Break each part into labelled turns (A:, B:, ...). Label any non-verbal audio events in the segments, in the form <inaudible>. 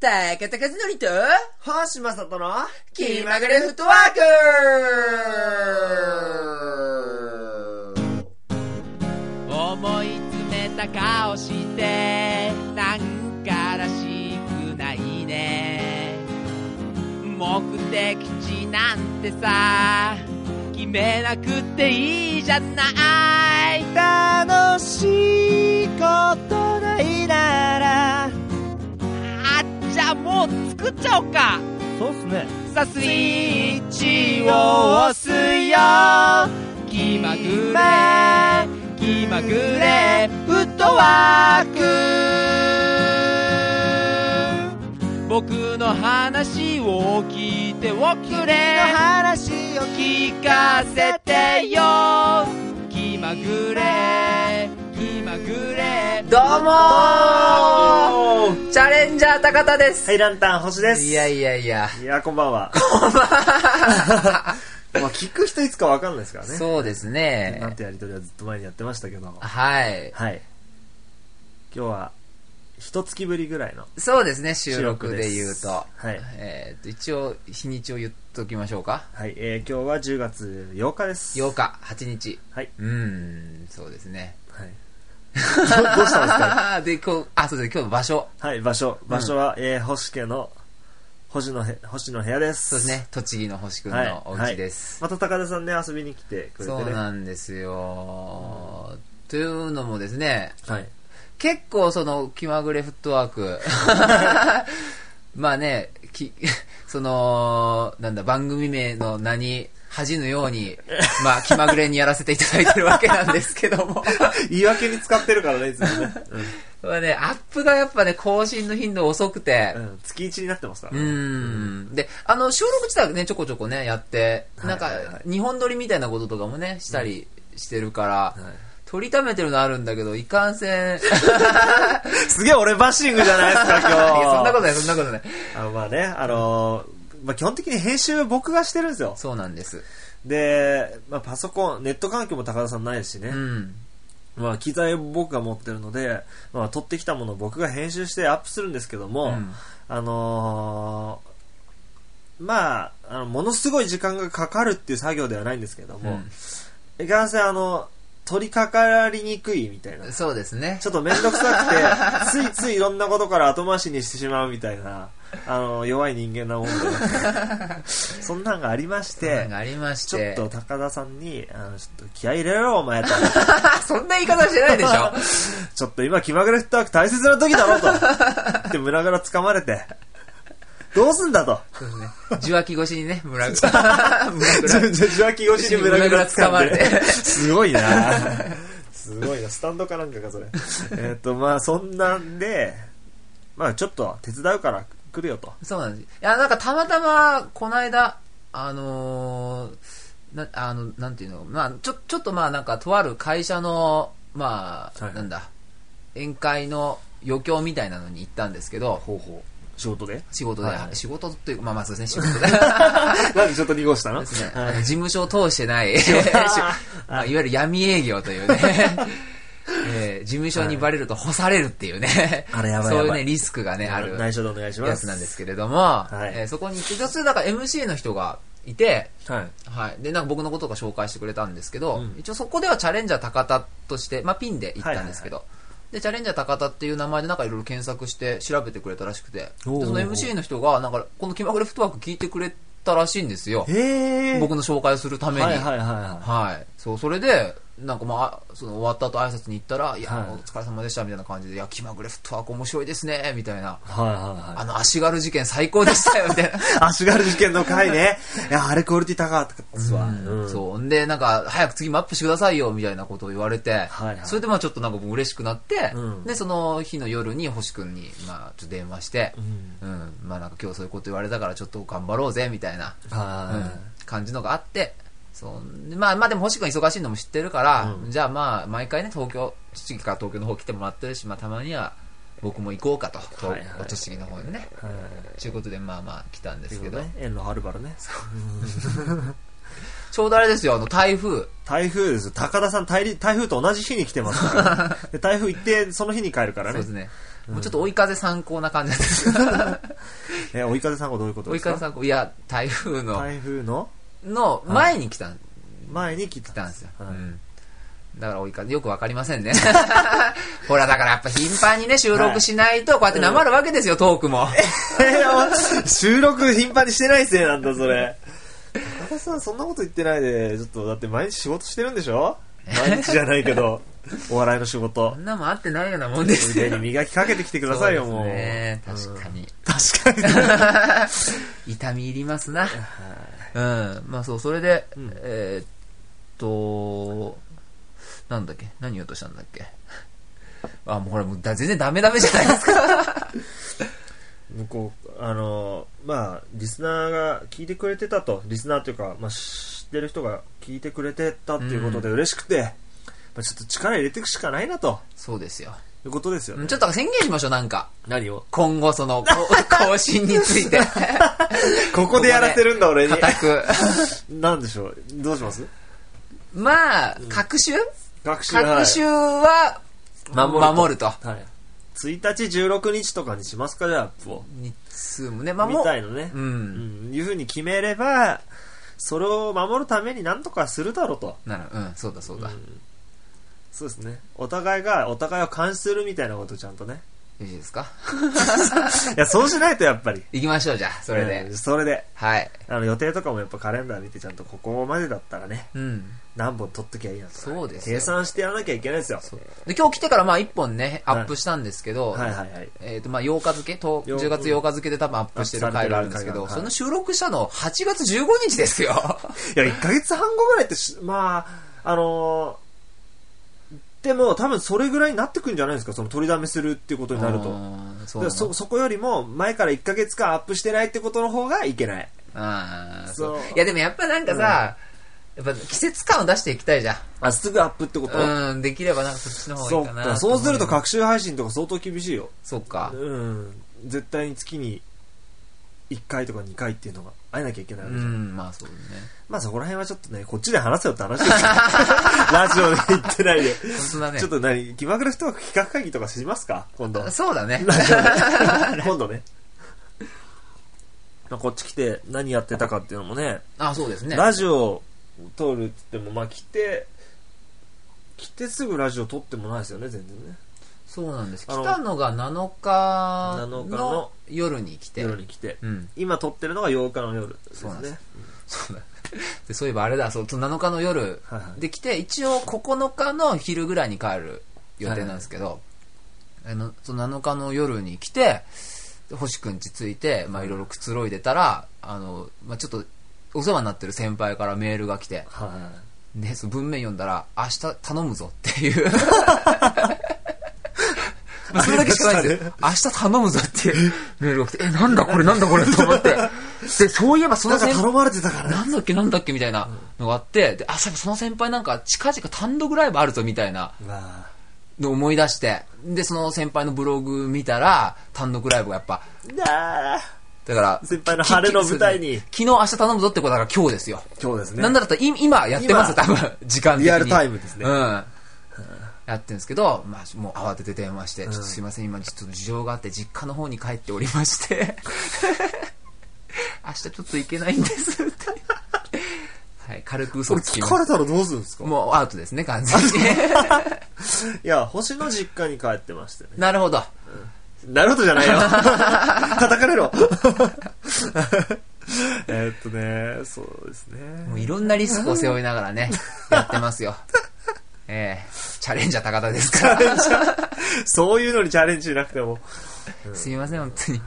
A: たかたかずのりと、
B: 星正人の
A: 気まぐれフットワーク
C: 思い詰めた顔してなんからしくないね目的地なんてさ決めなくていいじゃない楽しいことないならあじゃあもう作っちゃおうか
B: そうっすね
C: さあスイッチを押すよ気まぐれ気まぐれフットワーク僕の話を聞いておくれ話を聞かせてよ気まぐれ気まぐれ
A: どうもチャレンジャー高田です、
B: はいランタン星です
A: いやいやいや、
B: いやこんばんはまあ聞く人いつかわかんないですからね
A: そうです
B: なん
A: ね。
B: てやりとりはずっと前にやってましたけどは
A: はい。
B: い今日は一月ぶりぐらいの
A: そうですね、収録で言う
B: 収
A: と。
B: 録ですはい
A: えーと、一応、日にちを言っときましょうか。
B: はい、えー、今日は10月8日です
A: 8日、8日。
B: はい、
A: うーん、そうですね。
B: はいどどうしたんですか
A: で、こう、あ、そうですね、今日の場所。
B: はい場所場所は、えー、星家の星のへ星の部屋です
A: そうですね、栃木の星くんのお家です。
B: はいまた高田さんね遊びに来てくれてね
A: そうなんですよ。というのもですね、
B: はい
A: 結構その気まぐれフットワーク <laughs> まあねき <laughs> そのなんだ番組名の名に恥じぬように、まあ、気まぐれにやらせていただいてるわけなんですけども <laughs>
B: 言い訳に使ってるからねいつもね、
A: まあねアップがやっぱね更新の頻度遅くて
B: <laughs> うんうん、月1になってますか
A: う
B: らね、
A: んであの収録自体はねちょこちょこねやって
B: はい
A: なんか
B: はいはい
A: 日本撮りみたいなこととかもねしたりしてるから、
B: はい
A: 撮りためてるのあるんだけどいかんせんいや
B: すげえ俺バッシングじゃないですか今日
A: <laughs> そんなことないそんなことない
B: あのまあねあのーまあ、基本的に編集は僕がしてるんですよ
A: そうなんです
B: で、まあ、パソコンネット環境も高田さんないですしね、
A: うん
B: まあ、機材を僕が持ってるので、まあ、撮ってきたものを僕が編集してアップするんですけど
A: う
B: も、
A: ん
B: あのーまあ、あの、ものすごい時間がかかるっていう作業ではないんですけども、いかんせん、あの、取り掛かりにくいみたいな。ち
A: そうですね。
B: ょっとめんどくさ <laughs> くて、ついついいろんなことから後回しにしてしまうみたいな、あの、弱い人間なもんで。 <laughs> そんなんがありまし
A: そういう
B: て
A: のが、ありまし。
B: ちょってと高田さんに、あの、ちょっと気合い入れろよ、お前と。 <laughs>
A: あ、そんな言い方してないでしょ。
B: ちょっと今気まぐれフットワーク大切な時だろうと。で、胸ぐら掴まれて、どうすんだと。
A: そうですね。受話器越しにね、 <laughs> 村ぐ村ぐら
B: 受話器越しに胸ぐら掴まれ
A: 胸ぐら掴ま
B: て。
A: れて
B: すごいな
A: <laughs>
B: すごいな、スタンドかなんかか、それ。えっと、まあ、そんなんで、まあ、ちょっと手伝うから来るよと。
A: そうなんです。いや、なんかたまたま、この間、あのーな、あの、なんていうの、まあ、ちょ、ちょっとまあなんか、とある会社の、まあ、
B: はい
A: なんだ、宴会の余興みたいなのに行ったんですけど、
B: 方法。仕事
A: <laughs>
B: で
A: 仕事で、
B: はい
A: 仕事というか、まあまあそうですね、仕事で。
B: なんでちょっと濁したの
A: ですね、あ
B: は
A: の
B: い
A: 事務所を通してない、
B: <laughs>
A: <laughs> まあ、いわゆる闇営業というね、えー事務所にバレると干されるっていうね、
B: あれやばい
A: そ
B: やば
A: う
B: い
A: いうね、リスクがね、ある
B: 内緒でお願いします。
A: やつなんですけれども、
B: い
A: えーそこに行って、それだから MC の人がいて、
B: はい。
A: はい。で、なんか僕のことが紹介してくれたんですけど、
B: うん
A: 一応そこではチャレンジャー高田として、まあピンで行ったんですけど、で、チャレンジャー高田っていう名前でなんかいろいろ検索して調べてくれたらしくて、でそ
B: おうおうおう
A: の MC の人が、なんかこの気まぐれフットワーク聞いてくれたらしいんですよ。
B: へー。
A: 僕の紹介をするために。
B: は
A: はいい、
B: はいはいは
A: そう、それで、なんかまあ、その終わった後挨拶に行ったら、いや、
B: はい
A: お疲れ様でした、みたいな感じで、いや、気まぐれフットワーク面白いですね、みたいな。
B: い。はいはいはい
A: あ。の、足軽事件最高でしたよ、みたいな。
B: 足軽事件の回ね。
A: <laughs>
B: いや、あれクオリティ高かったっすわ。うん
A: そう。んで、なんか、早く次もアップしてくださいよ、みたいなことを言われて、
B: はいはい
A: それでまあちょっとなんか僕嬉しくなって、
B: うん
A: で、その日の夜に星くんに、まあちょっと電話して、うん、まあなんか今日そういうこと言われたからちょっと頑張ろうぜ、みたいな、うん
B: は
A: 感じのがあって、そう。でまあまあでも星くん忙しいのも知ってるから、じゃあまあ毎回ね、東京、栃木から東京の方来てもらってるし、まあたまには僕も行こうかと、と
B: はいはい
A: 栃木の方にね。
B: い。はい。
A: ということでまあまあ来たんで
B: とい
A: す
B: う
A: け
B: こと
A: ど、
B: でね、遠路はるばるね。
A: ちょうどあれですよ、あの台風。
B: 台風ですよ。
A: <laughs>
B: 高田さん台、台風と同じ日に来てますから、ね。で台風行って、その日に帰るから
A: そう
B: ね
A: です。ね。もうちょっと追い風参考な感じなん
B: <laughs>
A: です。
B: え、追い風参考どういうこと
A: 追
B: で
A: い
B: すか
A: 風参考、いや、台風の、
B: 台風の
A: の前に来たん、
B: 前に来
A: 来
B: た
A: たんですよ。
B: は
A: う
B: い
A: ん。だから追い風、よくわかりませんね。 <laughs> ほら、だからやっぱ頻繁にね、収録しない
B: <laughs>
A: と、こうやってなまるわけですよ、トークも。
B: え
A: <laughs>
B: ー収録頻繁にしてないせいなんだ、それ。高田さん、そんなこと言ってないで、ちょっと、だって毎日仕事してるんでしょ毎日じゃない
A: <laughs>
B: けど、お笑いの仕事
A: そ。んなもん合ってないようなもんです
B: 腕
A: よ
B: に。磨きかけてきてくださいよ、
A: そう
B: もう。
A: ですね
B: <laughs>
A: 確かに。<laughs>
B: 確かに。
A: 痛み入りますな。うん。まあそう、それで、
B: ん
A: えーっと、なんだっけ何言おうとしたんだっけあ、もうほら、もうだ全然ダメダメじゃない
B: <laughs>
A: ですか。
B: 向こう、あの、まあ、リスナーが聞いてくれてたと、リスナーというか、まあ、知ってる人が聞いてくれてたっていうことで嬉しくて、まあ、ちょっと力入れていくしかないなと、
A: そうですよ。
B: いうことですよ
A: う
B: ね
A: ん。ちょっと宣言しましょう、なんか。
B: 何を
A: 今後、そ
B: <laughs>
A: の、こ更新について。
B: ここでやらせるんだ、俺に。
A: 固く。
B: なんでしょうどうします
A: まあ、各週
B: 学習
A: 各週は、ま
B: 守ると
A: 守ると。
B: はい。1日16日とかにしますか、じゃあ、アップを。
A: 日数もね、まあも
B: み
A: う
B: たいのね。
A: う。
B: うんん。いうふうに決めれば、それを守るために何とかするだろうと。
A: なら、うん、そうだそうだ。
B: そうですね。お互いが、お互いを監視するみたいなことをちゃんとね。
A: よろしいですか
B: いや、そうしないとやっぱり。
A: 行きましょう、じゃあ、それで
B: うん。それで。
A: はい。
B: あの、予定とかもやっぱカレンダー見てちゃんとここまでだったらね、
A: うん。
B: 何本取っときゃいいなとか。
A: そうですよ
B: 計算してやらなきゃいけないですよ。
A: で今日来てからまあ1本ね、ア
B: はい
A: ップしたんですけど、
B: はいはいはい。
A: えっ、とまあ8日付と、
B: よ
A: 10月8日付で多分アップしてる回があるんですけ
B: ア
A: ど、
B: ップさ
A: そ
B: れて
A: の
B: る
A: 収録したの8月15日ですよ。
B: いや、1ヶ月半後ぐらいってし、まあ、あのーでも多分それぐらいになってくんじゃないですか、その取りだめするっていうことに <laughs> なると。
A: あーそ
B: だ
A: う
B: か
A: な
B: ら
A: の
B: そそこよりも前から1ヶ月間アップしてないってことの方がいけない。
A: あーそう
B: そう
A: いやでもやっぱなんかさ、やっぱ季節感を出していきたいじゃん。
B: あ、すぐアップってこと、
A: うん、できればなんかそっちの方がい
B: そっ
A: いかな
B: か、そうすると
A: か。
B: 各週配信とか相当厳しいよ。
A: そっか。
B: うん。絶対に月に1回とか2回っていうのが会えなきゃいけないうわけじゃん。
A: ん、まあそうね。
B: まあそこら辺はちょっとね、こっちで話せよって <laughs> 話ですよラジオで言ってないで。
A: 本当だね。
B: ちょっと何、気まぐれフットワーク企画会議とかしますか今度。
A: そうだね。 <laughs>
B: 今度ね。まあこっち来て何やってたかっていうのもね、
A: あ、そうですね。
B: ラジオを撮るって言っても、まあ来て、来てすぐラジオ撮ってもないですよね、全然ね。
A: そうなんです。
B: あの
A: 来たのが7日
B: 7日の
A: の夜に来て。
B: 夜に来て。
A: うん。
B: 今撮ってるのが8日の夜です
A: そうなんで
B: ね
A: す。そうだ。 <laughs> で、そういえばあれだ、そう、7日の夜
B: はいはい
A: で来て、一応9日の昼ぐらいに帰る予定なんですけど、あの、その7日の夜に来て、で星くん家着いて、まあいろいろくつろいでたら、あの、まあちょっと、お世話になってる先輩からメールが来て、
B: は
A: で、その文面読んだら、明日頼むぞっていう。 <laughs> まあそれだけしかないですよ。明日頼むぞっていうメールが来て、え、なんだこれなんだこれと思って。で、そういえばそ
B: い。な
A: の
B: んか
A: 先輩
B: 頼まれてたからね。
A: なんだっけなんだっけみたいなのがあって、で、あ、そういえばその先輩なんか近々単独ライブあるぞみたいな
B: うわ
A: のを思い出して、で、その先輩のブログ見たら、単独ライブがやっぱ、
B: ぁ。なぁ。
A: だから、
B: 先輩の晴れの舞台に
A: きき昨日明日頼むぞってことだから今日ですよ。
B: 今日ですね。
A: なんだったらい今やってますよ、多分、時間的に。
B: リアルタイムですね
A: うん。やってるんですけど、まあ、もう慌てて電話して、ちょっとすいません、今ちょっと事情があって、実家の方に帰っておりまして、 <laughs> 明日ちょっと行けないんですって。はい、軽く嘘
B: こ
A: を
B: れ
A: つき
B: 聞
A: ま
B: か
A: し
B: れたらどうするんです
A: た。
B: か
A: もうアウトですね、完
B: <laughs>
A: 全に。
B: いや、星の実家に帰ってましたね。
A: なるほど。
B: なるほどじゃ <laughs> ないよ。叩かれ <laughs> ろ。えーっとね、そうです
A: もう
B: ね。
A: いろんなリスクを背負いながらね、やってますよ。 <laughs> ええチャレンジャー高田ですから。
B: そういうのにチャレンジしなくても。
A: すいません、本当に。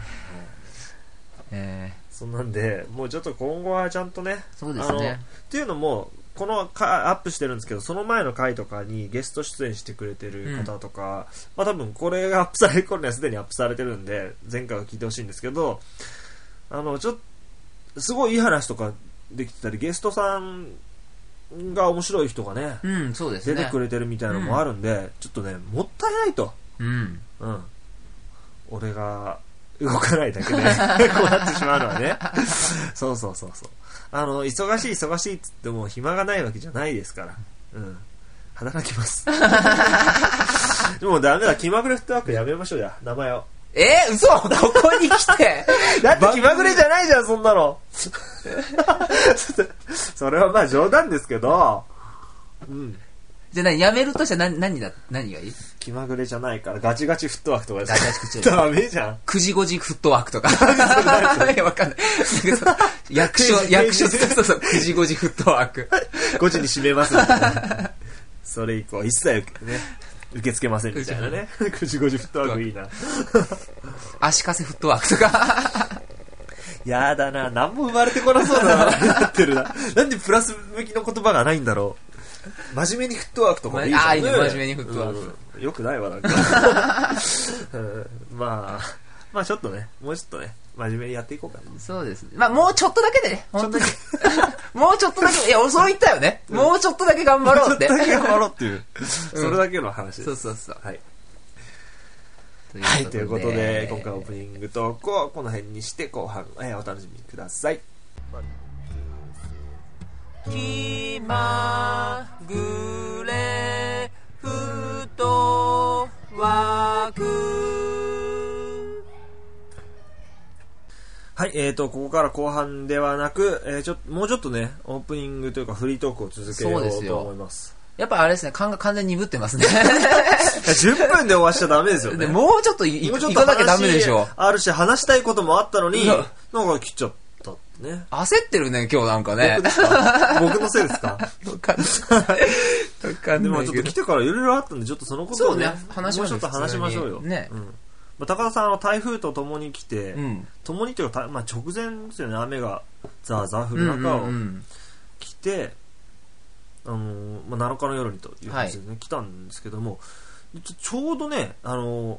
A: え
B: そんなんで、もうちょっと今後はちゃんとね。
A: そうですね
B: あのっていうのも、このかアップしてるんですけど、その前の回とかにゲスト出演してくれてる方とか、まあ多分これがアップされる頃にはすでにアップされてるんで、前回は聞いてほしいんですけど、あの、ちょっと、すごいいい話とかできてたり、ゲストさんが面白い人がね
A: え、うん、そうです
B: 出
A: ね。
B: てくれてるみたいなのもあるんで、ちょっとね、もったいないと。
A: うん。
B: うん。俺が動かないだけで、 <laughs> こうなってしまうのはね。そうそうそうそう。あの、忙しい忙しいっつってもう暇がないわけじゃないですから。うん。働きます <laughs> でもダメだ気まぐれフットワークやめましょうや名前を
A: えー、嘘ここに来て <laughs>
B: だって気まぐれじゃないじゃんそんなの <laughs> それはまあ冗談ですけどうん
A: じゃあ何、やめるとしたら何、何だ、何がいい
B: 気まぐれじゃないからガチガチフットワークとか
A: ガチガチフット
B: <laughs> ダメじゃん
A: ?9 時5時フットワー
B: <laughs>
A: クとか。い <laughs> やわかんない。なんかそう役所、
B: <laughs>
A: 役所使そうそう、9時5時フットワーク。
B: 5時に閉めますみたいなそれ以降一切受け,、ね、受け付けませんみたいなね9時5時フットワークいいな
A: 足かせフットワークとか。
B: やだな何も生まれてこなそうだななってるななんでプラス向きの言葉がないんだろう真面目にフットワークとかもいいじゃん
A: あいいね真面目にフットワーク
B: うんよくないわなんか、うんまあまあちょっとねもうちょっとね真面目にやっていこうかな
A: そうですね。まあ、もうちょっとだけでね、本当に。もうちょっとだけ、いや、俺そう言ったよね。もうちょっとだけ頑張ろうって
B: ちょっ。とだけ頑張ろうっていうそれだけの話です
A: そうそうそう。
B: はいはい、ということで、今回オープニングトークをこの辺にして、後半、えーお楽しみください。
C: 気まぐれフットワーク
B: はい、えーと、ここから後半ではなく、えーちょっと、もうちょっとね、オープニングというかフリートークを続けよ
A: そうです
B: う
A: よ
B: と思います。
A: やっぱあれですね、勘が完全に鈍ってますね。
B: いや10分で終わしちゃダメですよね。
A: でもうちょっとい、い
B: もう
A: 行かなきゃダメでしょ
B: 話。あるし、話したいこともあったのに、
A: そう
B: なんか切っちゃったってね。
A: 焦ってるね、今日なんかね
B: 僕。
A: <laughs>
B: ですか僕のせいです <laughs> か
A: わかんない。わかん
B: で
A: な
B: も
A: い
B: ちょっ
A: け
B: と
A: ど
B: 来。てからいろいろあったんで、ちょっとそのことをね、
A: そうね話し
B: も
A: ま
B: うち
A: しょ
B: ょっ
A: う
B: と話しましょうよ。
A: 普通にね
B: うんまあ、高田さんは台風とともに来て、
A: うん。
B: ともにというか、たまあ、直前ですよね、雨がザーザー降
A: うん
B: る
A: うん
B: 中を
A: うん
B: 来て、あのーまあ、7日の夜にという感じでね、来たんですけども、ちょちょうどね、あのー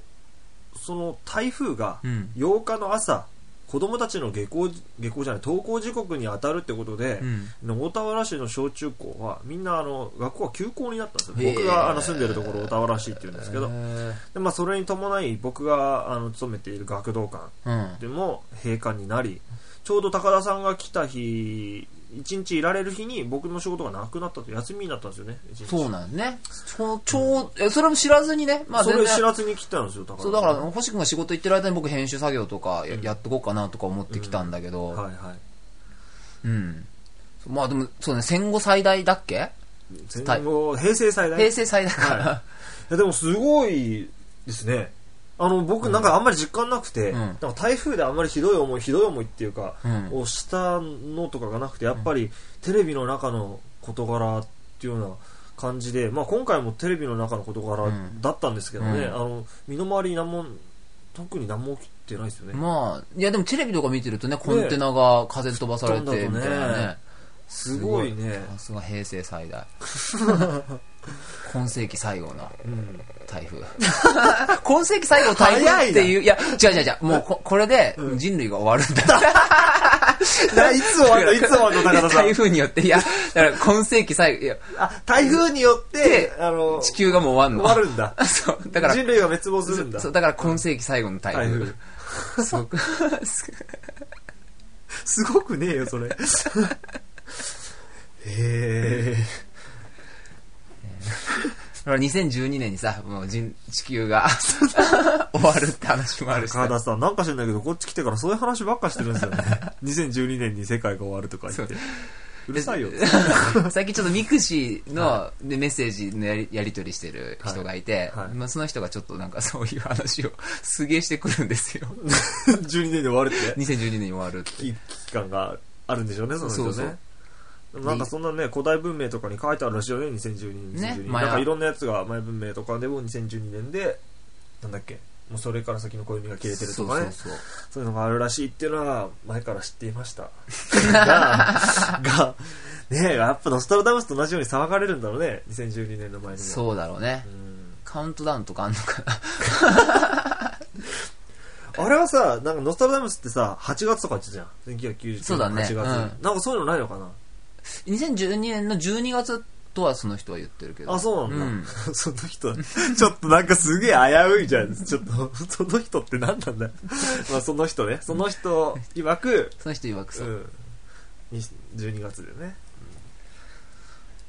B: その台風が
A: うん。
B: 8日の朝、子供たちの下校、下校じゃない、登校時刻に当たるってことで
A: う、ん。
B: 大田原市の小中高はみんなあの学校は休校になったんです
A: へ
B: よ
A: ー
B: 僕があの住んでるところ大田原市っていうんですけど、
A: え
B: でまあ、それに伴い僕があの勤めている学童館
A: ーうん。
B: でも閉館になりちょうど高田さんが来た日一日いられる日に僕の仕事がなくなったと休みになったんですよね一日
A: そうなんね。そちょう、えそれも知らずにね。まあ、
B: それ
A: 全
B: を知
A: 然。
B: らずに来たんですよ高田さ
A: そ
B: ん
A: う、だから、星君が仕事行ってる間に僕編集作業とかややっとこうかなとか思ってきたんだけど。
B: はいはい
A: うん。まあでも、そうね、戦後最大だっけ
B: 戦後平成最大
A: 平成最大か
B: はい
A: ら。
B: いやでもすごいですねあの僕なんかあんまり実感なくて、
A: うん
B: なんか台風であんまりひどい思いひどい思いっていうか、
A: うん
B: をしたのとかがなくてやっぱりテレビの中の事柄っていうような感じで、まあ、今回もテレビの中の事柄
A: うん
B: だったんですけどね、
A: うん
B: あの身の回りに何も特に何も起きてないですよね、
A: まあ、いやでもテレビとか見てるとね、コンテナが風に飛ばされて、みたい
B: 吹っ飛んだと
A: な
B: ね
A: ね。
B: すごいね
A: さすが平成最
B: <laughs>
A: 大。今世紀最後の
B: うん
A: 台風。 <laughs> 今世紀最後台風っていう、いや、違う違う違う、もうここれで
B: うん
A: 人類が終わるんだ。
B: <laughs> いつ終わるのいつ終わるの高田さん
A: 台風によって、いや、だから今世紀最後、いや、
B: あ台風によって
A: で
B: あの
A: 地
B: 終
A: 球がもう終わんの。
B: わるんだ
A: そう、だから、
B: 人類が滅亡するんだ
A: そう、だから今世紀最後の台
B: 台
A: 風 <laughs>
B: 風。
A: すごく、
B: すごくねえよ、それ。 <laughs> へえ。
A: ほら2012年にさ、もう人地球が <laughs> 終わるって話もあるしさ
B: 川田さん、なんか知んないけど、こっち来てからそういう話ばっかしてるんですよね。2012
A: <laughs>
B: 年に世界が終わるとか言って。うるさいよ。
A: 最近ちょっとミクシーの、でメッセージのやりやり取りしてる人がいて、
B: はいはい
A: まあ、その人がちょっとなんかそういう話をすげえしてくるんです
B: <laughs>
A: よ。
B: 12年で終わるって。
A: 2012年に終わるっ
B: 危
A: て。
B: 機感があるんでしょうね、その人ね。
A: そうそう
B: なんかそんなね、古代文明とかに書いてあるらしいよね、2012年。
A: ね
B: 2012
A: マヤ
B: なんかいろんなやつが、前文明とかでも2012年で、なんだっけ、もうそれから先の暦が消えてるとかね。
A: そう
B: <laughs>
A: そうそ
B: そういうのがあるらしいっていうのは前から知っていました。
A: <laughs>
B: が、が、ねえ、やっぱノストラダムスと同じように騒がれるんだろうね、2012年の前にも。
A: う。そうだろうね
B: う。ん
A: カウントダウンとかあんのかな。
B: あれはさ、なんかノストラダムスってさ、8月とか言ってたじゃん。1990年
A: そうだ
B: の8
A: ね
B: 月。
A: うん
B: なんかそういうのないのかな
A: 2012年の12月とはその人は言ってるけど。
B: あ、そうなんだ。 <laughs> その人、ちょっとなんかすげえ危ういじゃん。ちょっと、 <laughs> その人って何なんだよ。 <laughs> まあその人ね。その人曰く、
A: その人曰くそうう。
B: ん。に12月だよね。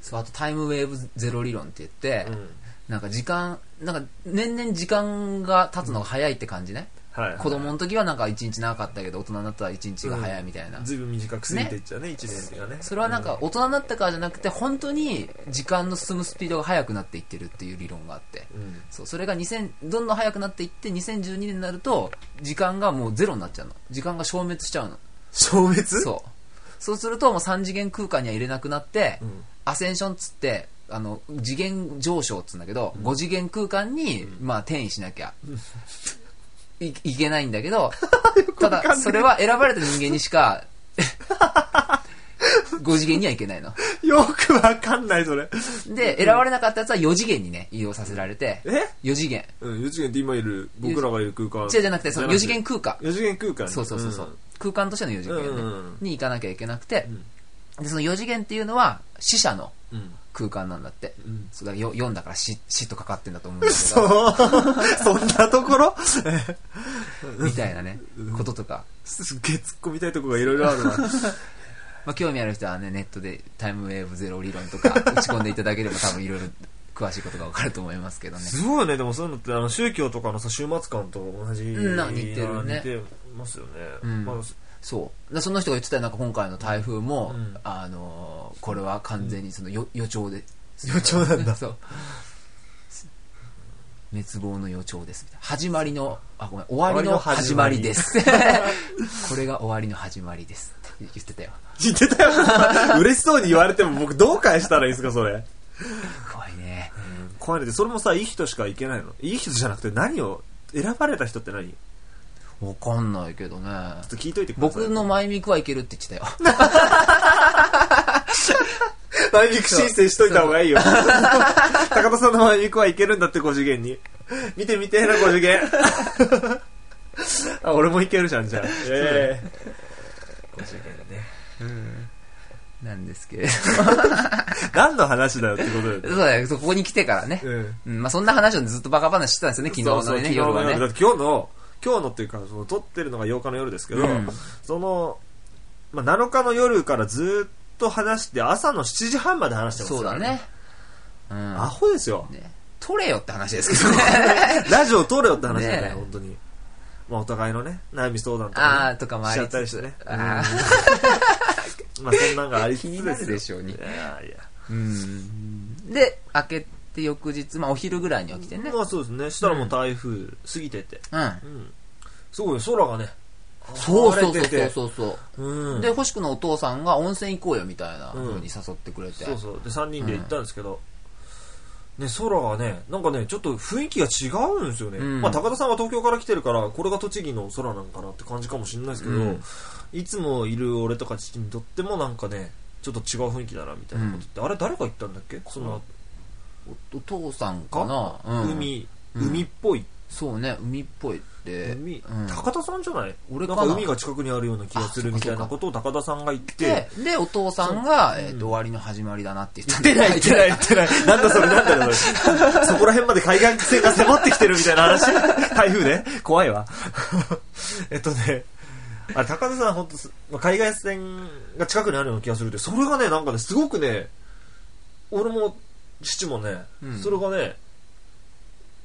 A: そうあとタイムウェーブゼロ理論って言って、
B: うん
A: なんか時間なんか年々時間が経つのが早いって感じね、
B: はい、
A: 子供の時はなんか一日長かったけど大人になったら一日が早いみたいな、
B: ずいぶん短く過ぎていっちゃうね一年がね
A: それはなんか大人になったからじゃなくて本当に時間の進むスピードが速くなっていってるっていう理論があって
B: うん
A: そうそれが2000どんどん速くなっていって2012年になると時間がもうゼロになっちゃうの時間が消滅しちゃうの
B: 消滅
A: そうそうするともう3次元空間には入れなくなって、
B: ん
A: アセンションっつってあの次元上昇っつうんだけど、5次元空間に、まあ、転移しなき
B: <laughs>
A: ゃ、いいけないんだけどただそれは選ばれた人間にし
B: <laughs>
A: か5次元にはいけないの
B: よくわかんないそれ
A: で選ばれなかったやつは4次元にね移動させられて
B: え
A: 4次元
B: うん、4次元って今いる僕らがいる空間
A: 違うじゃなくてその4次元空間
B: 4次元空間ね
A: そうそうそうそう、
B: ん
A: 空間としての4次元、ね
B: うんうん
A: に行かなきゃいけなくて、でその4次元っていうのは死者の
B: うん
A: 空間なんだって、
B: ん
A: そうだ4だから死死とかかってんだと思うんだけ
B: そう
A: ど
B: <laughs> そんなところ <laughs>
A: みたいなね、こととか、
B: すっげえ突っ込みたいところがいろいろあるな
A: まあ、興味ある人はねネットでタイムウェーブゼロ理論とか打ち込んでいただければ多分いろいろ詳しいことが分かると思いますけどね
B: すごいねでもそういうのってあの宗教とかのさ週末感と同じ
A: うんなんか似てるね
B: 似てますよね、
A: うん
B: まあ、
A: そうでその人が言ってたなんか今回の台風も、
B: うん
A: あのーこれは完全にその予予兆で
B: 予兆なんだ
A: そう滅亡の予兆ですみたいな始まりのあごめん終わりの始まりです <laughs> これが終わりの始まりですって言ってたよ
B: 似てたよ <laughs> 嬉しそうに言われても僕どう返したらいいんですかそれ
A: 怖いね
B: 怖いねでそれもさいい人しか行けないのいい人じゃなくて何を選ばれた人って何ちょ
A: わかんないけどね
B: っと聞いといてください
A: 僕のマイミクはいけるって言ってたよ
B: マイミク申請しといた方がいいよ。 <laughs> 高田さんのマイミクはいけるんだって、5次元に。 <laughs> 見て見て、な、5次元。 <laughs> あ、俺もいけるじゃん、じゃあ。ええ5次元ね。
A: なんですけれ
B: 何の話だよってことだよ
A: ど
B: ね。
A: そうだよそうここに来てからね、
B: うん。
A: うんまあ、そんな話をずっとバカ話してたんですよね昨日
B: そう
A: の
B: そう
A: ね
B: 昨日
A: 夜
B: の
A: はね
B: 夜だって今日の、今日のっていうか、その撮ってるのが8日の夜ですけ
A: う
B: ど、
A: ん
B: その、まあ、7日の夜からずっと話して、朝の7時半まで話してます
A: そうだ
B: から
A: ね。うん
B: アホですよ。
A: ね取れよって話ですけどね
B: ラジオ撮れよって話だよね、
A: ねえ
B: 本当に。まあ、お互いのね、悩み相談と
A: あ
B: か、
A: あ
B: ね、
A: とかも
B: し
A: あり
B: ちゃっ
A: つ
B: たりして
A: つ
B: ね。
A: <laughs> あ
B: まあ、そんなんがあり
A: あ
B: つつ
A: 気
B: です
A: に
B: よ
A: なるでしょうに
B: いやいや。
A: うんで明けて翌日、まあ、お昼ぐらいに起きてね
B: まあ、そうですね。したらもう台風過ぎてて。
A: うん
B: うん。すごい、空がね、
A: そうそう
B: 晴
A: そう
B: れ
A: そう
B: てて。
A: そうそう
B: うん。
A: で星君のお父さんが温泉行こうよみたいな風に誘ってくれて、
B: そうそう。で、3人で行ったんですけど、ね、空がね、なんかね、ちょっと雰囲気が違うんですよね。
A: うん
B: まあ、高田さんは東京から来てるから、これが栃木の空なんかなって感じかもしれないですけど、
A: うん
B: いつもいる俺とか父にとってもなんかね、ちょっと違う雰囲気だなみたいなことって、あれ誰が言ったんだっけその、
A: おお父さんかなうん、
B: 海、
A: うん
B: 海っぽい。
A: そうね海っぽいって
B: 海、
A: うん
B: 高田さんじゃない
A: 俺か
B: な
A: なん
B: か海が近くにあるような気がするみたいなことを高田さんが言って
A: で、でお父さんが、えーと終わりの始まりだなって言ったん
B: 出ない、言ってない、言ってない。なんだそれ、なんだそれ。そこら辺まで海岸線が迫ってきてるみたいな話。台風ね。怖いわ。えっとね、あれ、高田さん、本当すまあ海外線が近くにあるような気がするで、それがね、なんかね、すごくね、俺も父もね、
A: うん
B: それがね、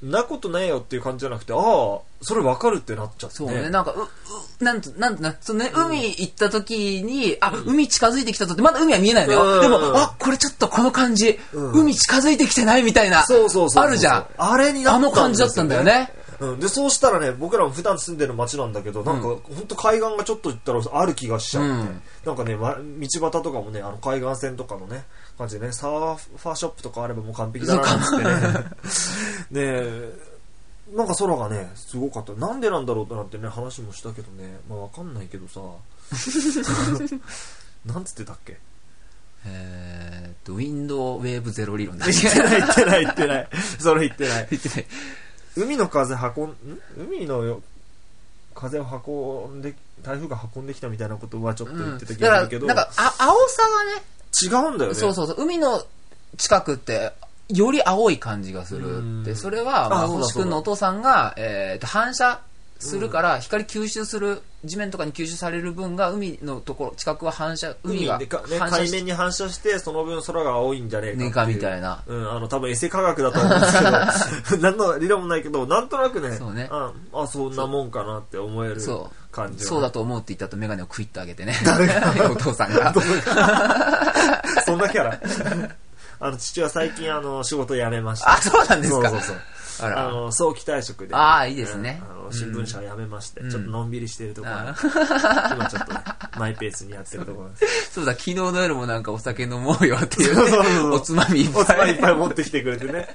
B: なことないよっていう感じじゃなくて、ああ、それわかるってなっちゃって。
A: そうね、なんか、う、う、なんと、なんとな、そのね、海行った時に、あ、海近づいてきたとって、まだ海は見えないの
B: うんうん
A: よ。
B: うん
A: でも、あ、これちょっとこの感じ、
B: うん
A: 海近づいてきてないみたいな。
B: そうそうそうそう
A: あるじゃん。
B: あれにな
A: あ
B: ったんですよね
A: の感じだったんだよね。
B: うん、でそうしたらね僕らも普段住んでる町なんだけどなんか本当海岸がちょっと行ったらある気がしちゃって、
A: うん
B: なんかね、ま、道端とかもねあの海岸線とかのね感じでねサーファーショップとかあればもう完璧だななん
A: <laughs>
B: つってねねえなんか空がねすごかったなんでなんだろうってなんてね話もしたけどねまあわかんないけど
A: <laughs>
B: さなんつってたっけ
A: えーっと、ウィンドウウェーブゼロ理論だ。
B: 言ってない言ってない言ってないそれ言ってない
A: 言ってない
B: 海の風運んん海のよ風を運んで台風が運んできたみたいなことはちょっと言ってた
A: だ
B: 気
A: か
B: がする
A: ら、
B: けど、
A: なんか、あ、青さがね、
B: 違うんだよね
A: そうそうそう、海の近くって、より青い感じがするっ
B: う
A: て、
B: ん
A: それは、ま
B: あ
A: あ、
B: そうだ
A: 星
B: そうだ
A: 君のお父さんが、えーっと、反射するから、光吸収する地面とかに吸収される分が海のところ近くは反射海
B: 海
A: が
B: でか、ね、
A: 反射
B: 海
A: し
B: 面に反射して、その分空が青いんじゃねえかってう。
A: ねえかみたいな
B: うん、あの、多分エセ科学だと思うんですけ <laughs> ど、何の理論もないけど、なんとなくね、
A: そうね
B: あ、あそんなもんかなって思える
A: そ
B: 感じ
A: そうだ
B: と。
A: と思うって言ったとメガネを食いってあげてね誰が <laughs> お父さんが
B: そんな <laughs> キャラ。あの、父は最近、あの、仕事辞めました。
A: あそうなんですか
B: そうそうそ
A: あ
B: う。あ
A: ら
B: の、早期退職で。
A: あーいいですね
B: うんあ
A: う
B: の、
A: ん
B: 新聞社を辞めまして、
A: ん
B: ちょっとのんびりしてるところ、
A: あ
B: 今ちょっとね、マイペースにやってるところです。
A: そうだ昨日の夜もなんかお酒飲もうよっていう,、
B: そうそうそ
A: <laughs>
B: う
A: おつまみ <laughs> いっぱい
B: おつまみいっぱい持ってきてくれてね。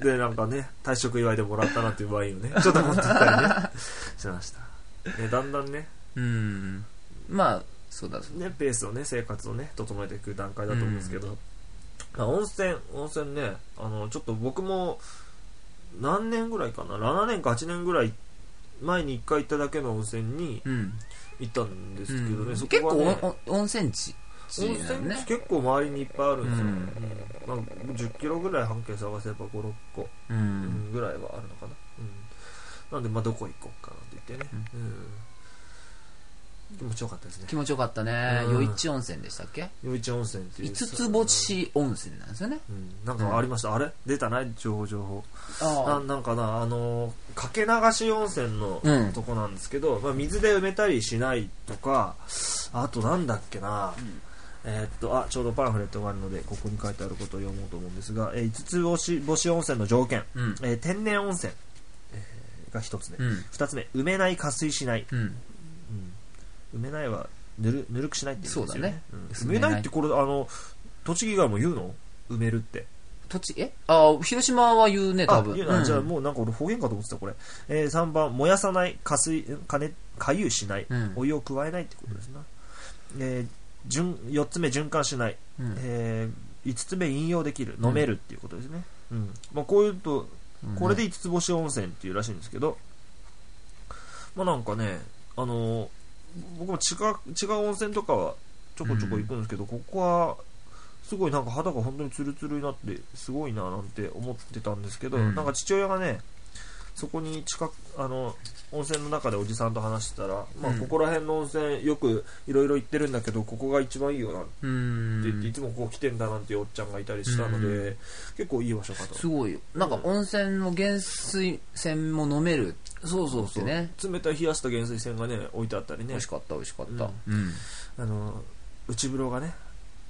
B: で、なんかね、退職祝いでもらったなっていうワインをね、ちょっと持ってきたりね、
A: <laughs>
B: しました。ね、だんだんね、
A: うんまあそうだそうだ
B: ね、ペースをね、生活をね、整えていく段階だと思うんですけど、まあ温泉、温泉ね、あの、ちょっと僕も、何年ぐらいかな、7年か8年ぐらい前に1回行っただけの温泉に
A: うん、
B: 行ったんです
A: う
B: けどね、
A: ん、
B: そ
A: 結
B: こ
A: 構
B: が、ね、
A: おお温泉地地
B: 温
A: なの
B: 泉
A: ね
B: 地結構周りにいっぱいあるんですよ、
A: う
B: うんまあ、10キロぐらい半径探せば56個
A: う
B: うんんぐらいはあるのかな、うん、なんでまあどこ行こうかなって言ってね、うん気持ちよかったですね
A: 気持ちよかったね
B: うん
A: 余市温泉でしたっけ
B: 余市温泉っていう
A: 五つ星温泉なんですよね
B: うん、なんかありました、あれ出たない情報情報な
A: あ
B: なんかなあのーかけ流し温泉の
A: うん
B: とこなんですけど、まあ、水で埋めたりしないとかあとなんだっけな、えーっとあちょうどパンフレットがあるのでここに書いてあることを読もうと思うんですが、えー、5つ星星温泉の条件、
A: うん
B: えー天然温泉、えーが1つ目、
A: う
B: 二
A: ん
B: 2つ目埋めない加水しない、
A: うん
B: うん、埋めないはぬるぬるくしないって言うんですよね
A: そうだね
B: うん埋めないってこれあの栃木以外も言うの埋めるって
A: 土地えあ広島は言うね多分
B: あ、言うなじゃあ
A: うん
B: もうなんか俺方言かと思ってた、これ。えー、3番、燃やさない、加水、んかね、かゆしない、
A: うん
B: お湯を加えないってことですな。えー、順4つ目、循環しない、
A: うん
B: えー、5つ目、飲用できる、飲めるっていうことですね。うん。まあ、こういうと、
A: うん
B: これで5つ星温泉っていうらしいんですけど、まあなんかね、あのー僕も違う、違う温泉とかはちょこちょこ行くんですけど、ここは、すごいなんか肌が本当にツルツルになって、すごいななんて思ってたんですけど、
A: うん
B: なんか父親がね、そこに近く、あの、温泉の中でおじさんと話してたら、まあ
A: うん
B: ここら辺の温泉よくいろいろ行ってるんだけど、ここが一番いいよなんて
A: う
B: 言って、い
A: ん
B: つもここ来てんだなんていうおっちゃんがいたりしたので、
A: う
B: 結構いい場所かと。
A: すごいよなんか温泉の源水泉も飲めるそうそうってね
B: 冷たい冷やした源水泉がね、置いてあったり
A: 美
B: ね
A: 味し、かった美味しかった
B: う
A: うん
B: あの、内風呂がね、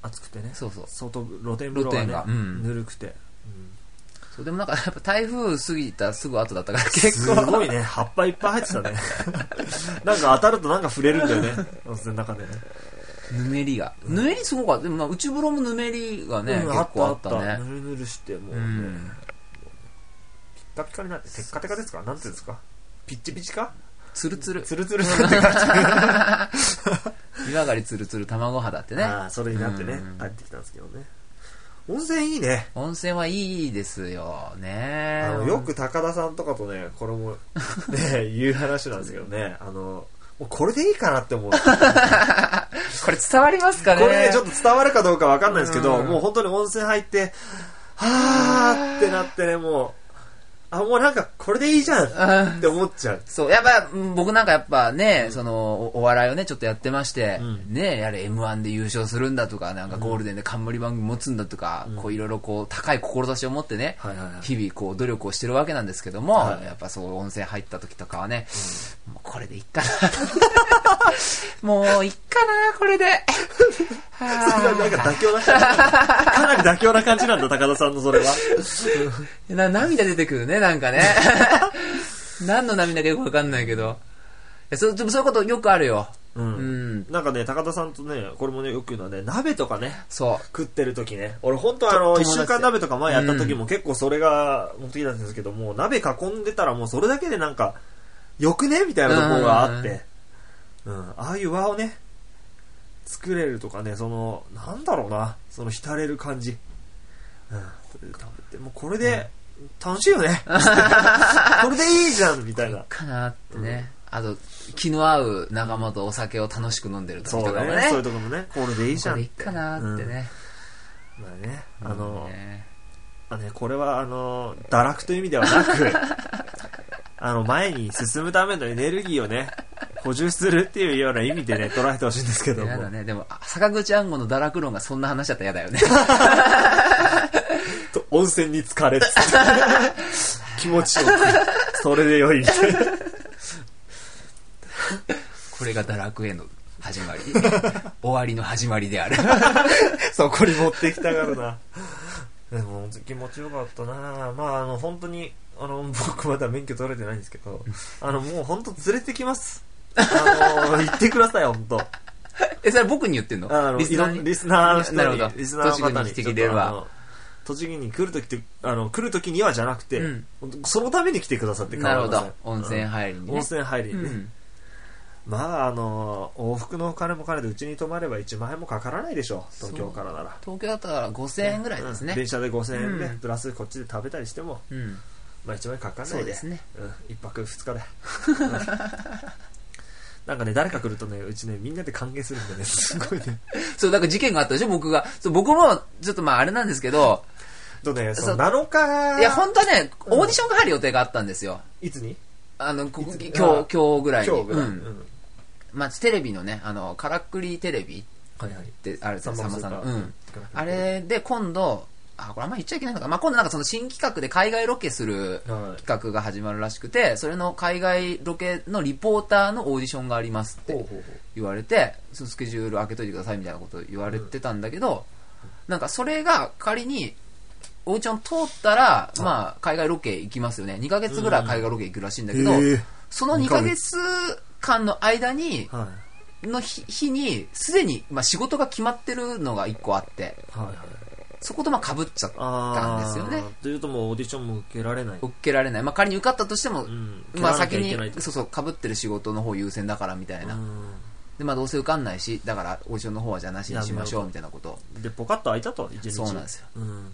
B: 熱くてね、
A: そうそう
B: 外、露天風呂が
A: 露
B: ね
A: 天がうん
B: ぬるくて。うん
A: そうでもなんかやっぱ台風過ぎたすぐ後だったから
B: す
A: 結構
B: ごいね、葉っぱいっぱい入って
A: <laughs>
B: たね。なんか当たるとなんか触れるんだよね、温泉の中でね。
A: ぬめりがぬめりすごかったでもな内風呂もぬめりがね
B: うん
A: 結構あったね
B: ぬるぬるして、もう
A: う
B: ね
A: ん
B: ピッカピカになって、テッカテカですかなんていうんですかピッチピチか
A: ツルツ
B: <laughs>
A: ル
B: ツルツルになって感
A: 湯上がりツルツル卵肌って
B: じ。
A: ね
B: ああ、それになってね
A: うん、
B: 帰ってきたんですけどね。温泉いいね。
A: 温泉はいいですよね
B: あのよく高田さんとかとね、これも、
A: <laughs>
B: ね、言う話なんですけどね、あの、もうこれでいいか
A: <laughs>
B: なって思う。
A: これ伝わりますかね
B: これね、ちょっと伝わるかどうかわかんないですけど、
A: うん
B: もう本当に温泉入って、はーってなってね、もう、あ、もうなんか、これでいいじゃん
A: うん
B: って思っちゃう。
A: そう、やっぱ、うん僕なんかやっぱね、その、おお笑いをね、ちょっとやってまして、
B: うん
A: ね、やれ M1 で優勝するんだとか、なんかゴールデンで冠番組持つんだとか、
B: うん
A: こういろいろこう、高い志を持ってね、
B: はいはいはい
A: 日々こう、努力をしてるわけなんですけども、
B: はい
A: やっぱそう、温泉入った時とかはね、もうこれでいっかな。 <laughs> もういっかな、これで。
B: それはなんか妥協な
A: <laughs>
B: 感じ。かなり妥協な感じなんだ、高田さんのそれは。
A: な涙出てくるね、なんかね。 <laughs> 何の涙かよくわかんないけど。いやそでもそういうことよくあるよ。
B: う。
A: うんん。
B: なんかね、高田さんとね、これもね、よく言うのはね、鍋とかね、
A: そう。
B: 食ってる時ね。俺本当あの、
A: と友
B: 一
A: 達で
B: 週間鍋とか前やった時も結構それが目的だったんですけど、もう鍋囲んでたらもうそれだけでなんか、よくねみたいなところがあって。うん。ああいう輪をね、作れるとかね、その、なんだろうな、その浸れる感じ。うん。食べてもうこれで、楽しいよ
A: <laughs>
B: ね。これでいいじゃんみたいな。
A: かなってね、あと気の合う仲間とお酒を楽しく飲んでる時
B: そ
A: と
B: う
A: かもね
B: だね。そういうとこもね、これでいいじゃん
A: これいっかなって。ね,、
B: うんまあね、あの、
A: ね
B: あね、これはあの
A: <laughs>
B: 堕落という意味ではなくあの前に進むためのエネルギーをね補充するっていうような意味
A: <laughs>
B: でね、捉えてほしいんですけども。
A: やだね。でも、あ坂口安吾の堕落論がそんな話だったら嫌だ
B: <laughs>
A: よね。
B: と温泉に浸
A: <laughs>
B: かれっつって気持ちをそれで良い <laughs> みたいな
A: これが堕落への始まり。終わりの始まりである。
B: <laughs> そこに持ってきたがるなでも本当に気持ちよかったなまああの本当にあの僕まだ免許取れてないんですけどあのもう本当連れてきますあの行ってください本当
A: え、それ僕に言ってんの
B: あの
A: リスナー
B: いろん
A: に
B: リスナーの人に
A: なるほど
B: リスナーの
A: 栃
B: 方に
A: 木に来てくれるわ
B: ちょっとあの栃木に来るときってあの来るときにはじゃなくて、
A: うん
B: 本当そのために来てくださって
A: なるほ
B: 構わ
A: ど
B: い。
A: 温泉入りに、
B: ません
A: ね。
B: 温泉入りにね、
A: うん。
B: まああの往復のお金も兼ねてうちに泊まれば1万円もかからないでしょ東京からなら
A: 東京だったら5000円ぐらいです
B: うん
A: ね
B: 電。車で5000円で、
A: うん
B: プラスこっちで食べたりしても、
A: うん。
B: まあ、1万円かかんな
A: そ
B: いうで
A: ですね。
B: うん、1泊2日で、うんなんかね誰か来るとねうちねみんなで歓迎するんでねすごいね
A: そう、だから事件があったでしょ僕が。そう、僕も、ちょっとまああれなんですけど、
B: とねそ
A: そう
B: の7日
A: いや、本当はね、オーディションが入る予定があったんですよ。
B: いつに
A: あの、こ
B: いつ
A: 今日、今日ぐらいに。
B: 今日ぐらい、
A: う。
B: うんん
A: まあ、テレビのね、あの、カラクリテレビ
B: はいはい
A: ってあるじゃんさんまさんの。
B: スーパー
A: うん。あれで今度、あ、これあんま言っちゃいけないのか。まあ、今度なんかその新企画で海外ロケする
B: は
A: 企
B: い
A: 画が始まるらしくて、それの海外ロケのリポーターのオーディションがありますっ
B: ほうほ
A: て
B: うほう
A: 言われて、そのスケジュール開けといてくださいみたいなこと言われてたんだけど、なんかそれが仮に、オーディション通ったら、まあ、海外ロケ行きますよね。2ヶ月ぐらい海外ロケ行くらしいんだけど、
B: へえ
A: その2ヶ月間の間に、
B: はい
A: の日日に、すでに、まあ、仕事が決まってるのが1個あって、
B: はいはい
A: そことまあ被っちゃったんですよね。
B: ーというともうオーディションも受けられない、
A: 受けられない。まあ、仮に受かったとしても、
B: ん
A: まあ、先に
B: 受けられなきゃいけない、
A: そうそう、被ってる仕事の方優先だからみたいな。
B: う
A: で、まあ、どうせ受かんないし、だから、オーディションの方はじゃあなしにしましょうみたいなこと。
B: んでポカッと開いたと一日
A: そうなんですよ、
B: うん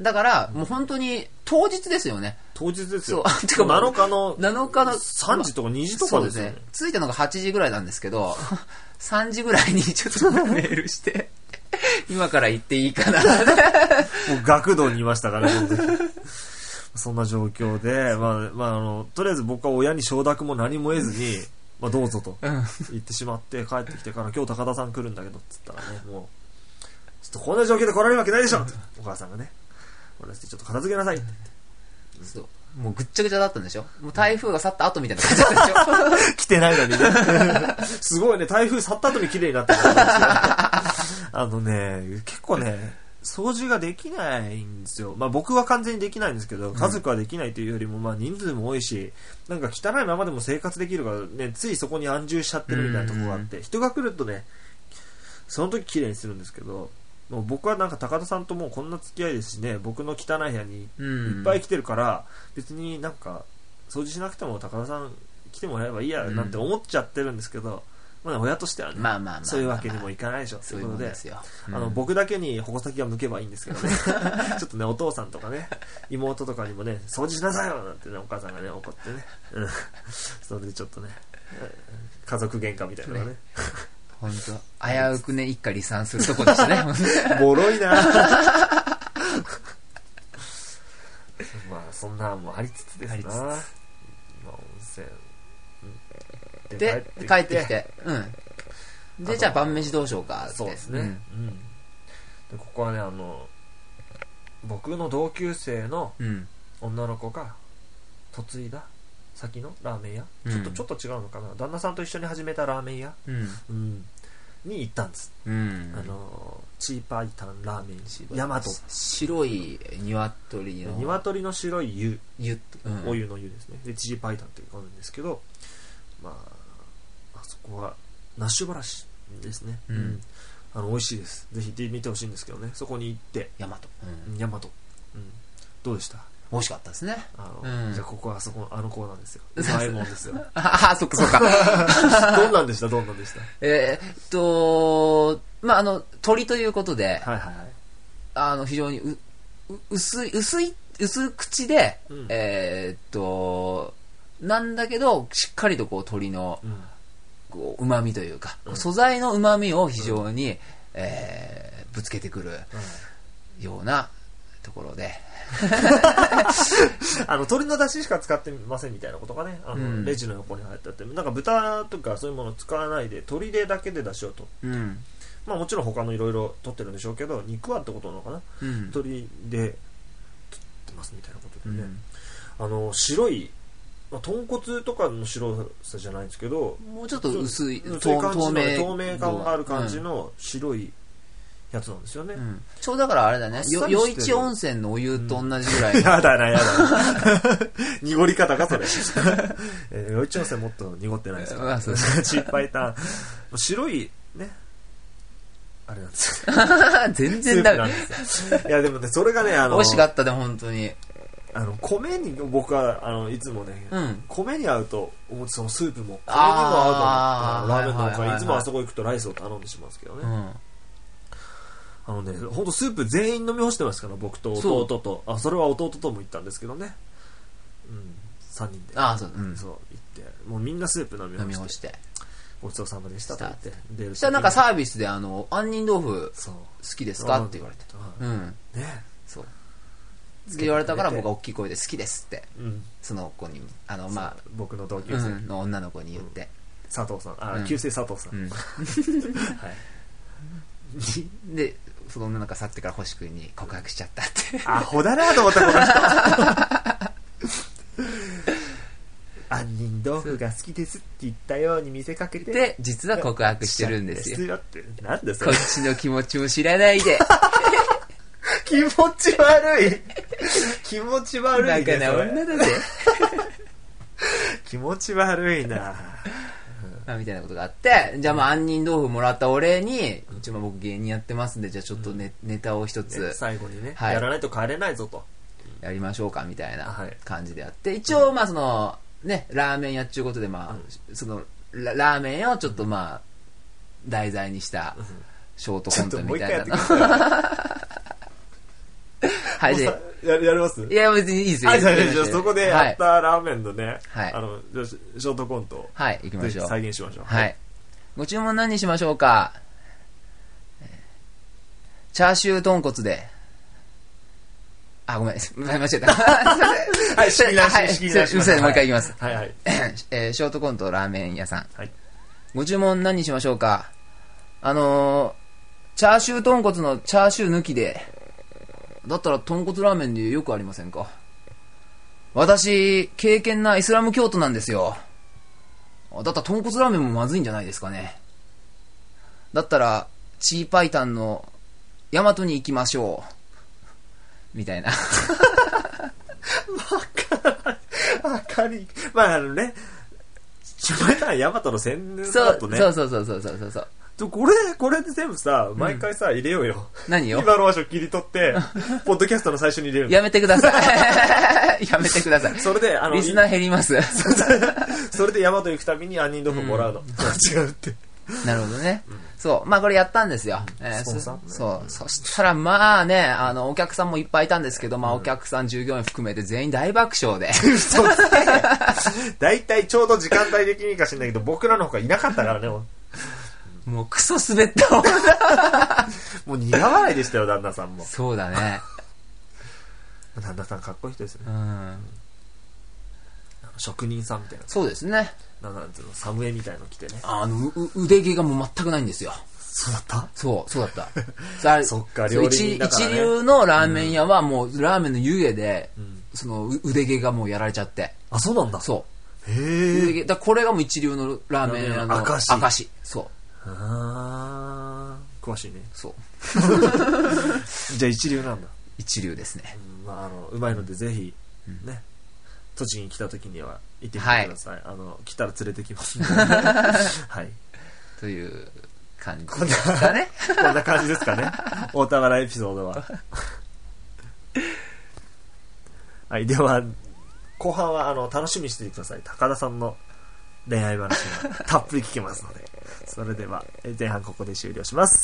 A: だから、もう本当に、当日ですよね。
B: 当日ですよ
A: そうてかまあ
B: 7日の
A: 7日の
B: 3時とか2時と
A: そ
B: か
A: う
B: で
A: ですす
B: よね
A: ね。着いたのが8時ぐらいなんですけど、3時ぐらいにちょっとメールして、今から行っていいかな。
B: もう学童にいましたから、その時そんな状況で、まあ、まあ、あの、とりあえず僕は親に承諾も何も得ずに、まあ、どうぞと
A: うん
B: 言ってしまって、帰ってきてから、今日高田さん来るんだけど、つったらね、もう、ちょっとこんな状況で来られるわけないでしょってお母さんがね、俺たちちょっと片付けなさいって
A: そう。もうぐっちゃぐちゃだったんでしょもう台風が去った後みたいな感じだったでしょ
B: <laughs> 来てないのにね。すごいね、台風去った後に綺麗になったからですよ <laughs> あのね、結構ね、掃除ができないんですよ。まあ僕は完全にできないんですけど、家族はできないというよりも、まあ人数も多いし、なんか汚いままでも生活できるからね、ついそこに安住しちゃってるみたいなところがあって、人が来るとね、その時綺麗にするんですけど、もう僕はなんか高田さんともうこんな付き合いですしね、僕の汚い部屋に
A: うん
B: いっぱい来てるから、別になんか、掃除しなくても高田さん来てもらえばいいや、
A: うん
B: なんて思っちゃってるんですけど、まあ親としてはね、
A: まあまあまあまあ
B: そういうわけにもいかないでしょ、と
A: そう
B: い
A: いう
B: うこ
A: も
B: と
A: んで。
B: で
A: すよ。
B: あ
A: う
B: の、
A: ん
B: 僕だけに矛先が向けばいいんで
A: <laughs>
B: すけどね。ちょっとね、お父さんとかね、妹とかにもね、掃除しなさいよなんてね、お母さんがね、怒ってね。うん。それでちょっとね、家族喧嘩みたいなのがね。
A: 本当危うくね、一家離散するとこでしたね。
B: <laughs>
A: 本当
B: ボロいなまあそんなもありつつですな
A: ありつつ
B: まあ温泉うん
A: で、帰ってきて。うん。
B: あ
A: で、
B: と
A: じゃあ晩飯どうしようかって。
B: そうですね、うん
A: ん
B: でここはねあの僕の同級生の
A: うん。
B: 女の子が嫁いだ先のラーメン屋、
A: うん
B: ちょっとちょっと違うのかな旦那さんと一緒に始めたラーメン屋、
A: うん。
B: うんに行ったんです、
A: うん。
B: あのチーパイタンラーメンヤマト
A: 白い鶏の
B: 鶏の白い湯
A: 湯、うん
B: お湯の湯ですねでチジパイタンっていうのがあるんですけどまああそこはナッシュバラシですね、
A: うん
B: あの美味しいですぜひ行ってみてほしいんですけどねそこに行って
A: 大和。うん
B: うん大和、うん、どうでした
A: 美味しかったですね。
B: あの、
A: うん
B: じゃあここはあそこあのコーナーで
A: <laughs>
B: すようまいもんですよ
A: ああ、そっかそっか。
B: <laughs> どんなんでしたどんなんでした
A: えーっと、まあ、あの、鳥ということで、
B: はいはいはい
A: あの、非常にう、う薄い、薄い、薄口で、
B: うん
A: えーっと、なんだけど、しっかりとこう、鶏の、
B: うん
A: こう、旨味というか、こう
B: うん
A: 素材の旨味を非常に、えーぶつけてくるようなところで、
B: あの、鶏の出汁しか使ってませんみたいなことがね、あの、
A: うん
B: レジの横に入ってあって、なんか豚とかそういうもの使わないで、鶏でだけで出汁をと。
A: うん。
B: まあもちろん他のいろいろ取ってるんでしょうけど、肉はってことなのかな
A: うん。
B: 鶏で取ってますみたいなこと
A: う
B: でね。
A: ん。
B: あの、白い、まあ、豚骨とかの白さじゃないんですけど、
A: もうちょっと薄い、
B: そう
A: 透
B: 感じの
A: 透明。
B: 透明感がある感じの白いやつなんですよね。
A: うん。うんちょうどだからあれだね、よ
B: あっさりして
A: 余
B: る
A: 市温泉のお湯と同じぐらい。
B: <laughs> やだな、やだな。 <laughs> 濁り方か、それ。 <laughs> えー、余市温泉もっと濁ってないですか
A: あ
B: ら。
A: そう
B: チッパイタン。白い、ね。あれなんですよ。
A: <laughs> 全
B: スー
A: 然
B: プ
A: ダ
B: なん
A: メ。
B: ですよ。いや、でもね、それがね、あ
A: 美
B: の、
A: 味しかったでも本当に。
B: あの米に、僕は、あの、いつもね、
A: うん。
B: 米に合うと思って、そのスープも、これにも
A: あ
B: 合う
A: ー
B: と思って、あのラーメンの他
A: はいはいはいはい
B: に、いつもあそこ行くとライスを頼んでしまうんですけどね。
A: うん。
B: あのね、ほんとスープ全員飲み干してますから、僕と
A: そう
B: 弟と。あ、それは弟とも行ったんですけどね。うん、3人で。
A: ああ、そう。うん。
B: そう、行って。もうみんなスープ飲み
A: 飲
B: 干
A: み
B: して。
A: 干して。
B: ごちそうさまでしたと言って。で
A: そしたらなんか、サービスで、あの、杏仁豆腐
B: そう。
A: 好きですかって言われて。
B: て。
A: うん。
B: ね。
A: そう。
B: つけてく
A: で言わ
B: れて
A: れたから僕は大きい声で好きですって、
B: うん。
A: その子に、あの、ま
B: ま
A: あ
B: あ、、僕の同級
A: う
B: 生、
A: ん、の女の子に言って。
B: 佐藤さん。あ、
A: うん
B: 旧姓佐藤さ
A: う
B: ん。
A: ん。
B: はい。
A: <laughs> で、その女の子は去ってから星君に告白しちゃったって。
B: アホだなと思った、この人。杏仁豆腐が好きですって言ったように見せかけて。
A: で、実は告白してるんですよ。
B: よ。って、なんでそ
A: <laughs> こ
B: れ
A: っ。ちの気持ちも知らない <laughs> で。
B: 気持ち悪い。気持ち悪い
A: バカ
B: ね、
A: な
B: それ。
A: 女だぜ。 <laughs>
B: 気持ち悪いな。
A: まあ、みたいなことがあって、じゃあまあ、杏仁豆腐もらったお礼に、一応まあ僕芸人やってますんで、じゃあちょっとネ,、ネタを一つ
B: 最後にね、
A: はい
B: やらないと帰れないぞと。
A: やりましょうか、みたいな
B: はい
A: 感じでやって、一応まあその、ね、ラーメン屋っちゅうことで、まあ、そのラ、ラーメンをちょっとまあ、題材にしたショート
B: ち
A: コ
B: ょっ
A: ン
B: と
A: ト
B: もう
A: み
B: 一
A: た
B: 回
A: いな
B: やって
A: の
B: く。ださ。
A: <laughs> はいい、
B: もう
A: で
B: さややります
A: いや、別にいいですよ。
B: あ、じゃあ、
A: やりま
B: じ
A: し
B: ゃ
A: ょ
B: あ
A: う
B: そこで
A: は
B: やっ
A: い。
B: たラーメンのね、
A: はい
B: あの、じゃあシショートコントを、
A: はい、行きま
B: ぜ
A: し
B: ひ
A: ょう。
B: 再現しましょう。
A: はい。ご注文何にしましょうかえーチャーシュー豚骨で。あ、ごめん。 <laughs> 間違えた。
B: はい、仕切り直
A: はい
B: し、仕切り直し
A: すいませんもう一回行きます。
B: はい、はい。
A: えーショートコントラーメン屋さん。
B: はい
A: ご注文何にしましょうかあのー、チャーシュー豚骨のチャーシュー抜きで。だったら豚骨ラーメンでよくありませんか私、経験なイスラム教徒なんですよ。だったら豚骨ラーメンもまずいんじゃないですかね。だったら、チーパイタンのヤマトに行きましょう。みたい
B: <laughs>
A: な。
B: 明るい。まあ、あのね、ちょ、前からヤマトの宣伝
A: そ
B: だ
A: う、
B: とね、
A: そうそうそうそうそうそう。
B: ちょこれ、これで全部さ、毎回さ、入れようよ。
A: 何よ
B: 今の場所切り取って、ポッドキャストの最初に入れるの。
A: やめてください。や <laughs> めてください。
B: それで、あの、
A: リスナー減ります。 <laughs>
B: それで山と行くたびに杏仁豆腐もらうの。違うって。
A: なるほどね。そう。まあこれやったんですよ。え
B: スポンサー
A: そそう。そしたらまあね、あの、お客さんもいっぱいいたんですけど、まあお客さん、従業員含めて全員大爆笑
B: <laughs>
A: で。
B: そう大体ちょうど時間帯的にか知んないけど、僕らの方がいなかったからね、も
A: もうクソ滑ったわ。
B: うもう苦笑いでしたよ、旦那さん
A: <laughs>
B: も。
A: そうだね。
B: 旦那さんかっこいい人ですよ
A: う
B: ね。
A: ん。
B: 職人さんみたい
A: そうですね。
B: な。なんなんつうの、サムエみたいの着てね。
A: あの、うう腕毛がもう全くないんですよ。
B: そうだった
A: そう、そうだ
B: <laughs>
A: った。あ
B: そっか
A: そう
B: 料理人だからね
A: 一一流のラーメン屋はもうラーメンの湯気で、
B: ん
A: そのう腕毛がもうやられちゃって。
B: あ、そうなんだ。
A: そう。
B: へえ。
A: でだからこれがもう一流のラーメン屋の
B: ラーメン屋証
A: 証そう
B: あー、詳しいね。
A: そう
B: じゃあ一流なんだ。
A: 一流ですね
B: うんまあ、あの、うまいのでぜひ、ね、栃木に来た時には行ってみてください。あの、来たら連れてき <laughs> ますんで。はい。
A: という感じですかね
B: こんな感じですかね。 <laughs> 大田原エピソードは。はい、では、後半は、あの、楽しみにしていてください。高田さんの恋愛話がたっぷり聞けますので。それでは、え前半ここで終了します。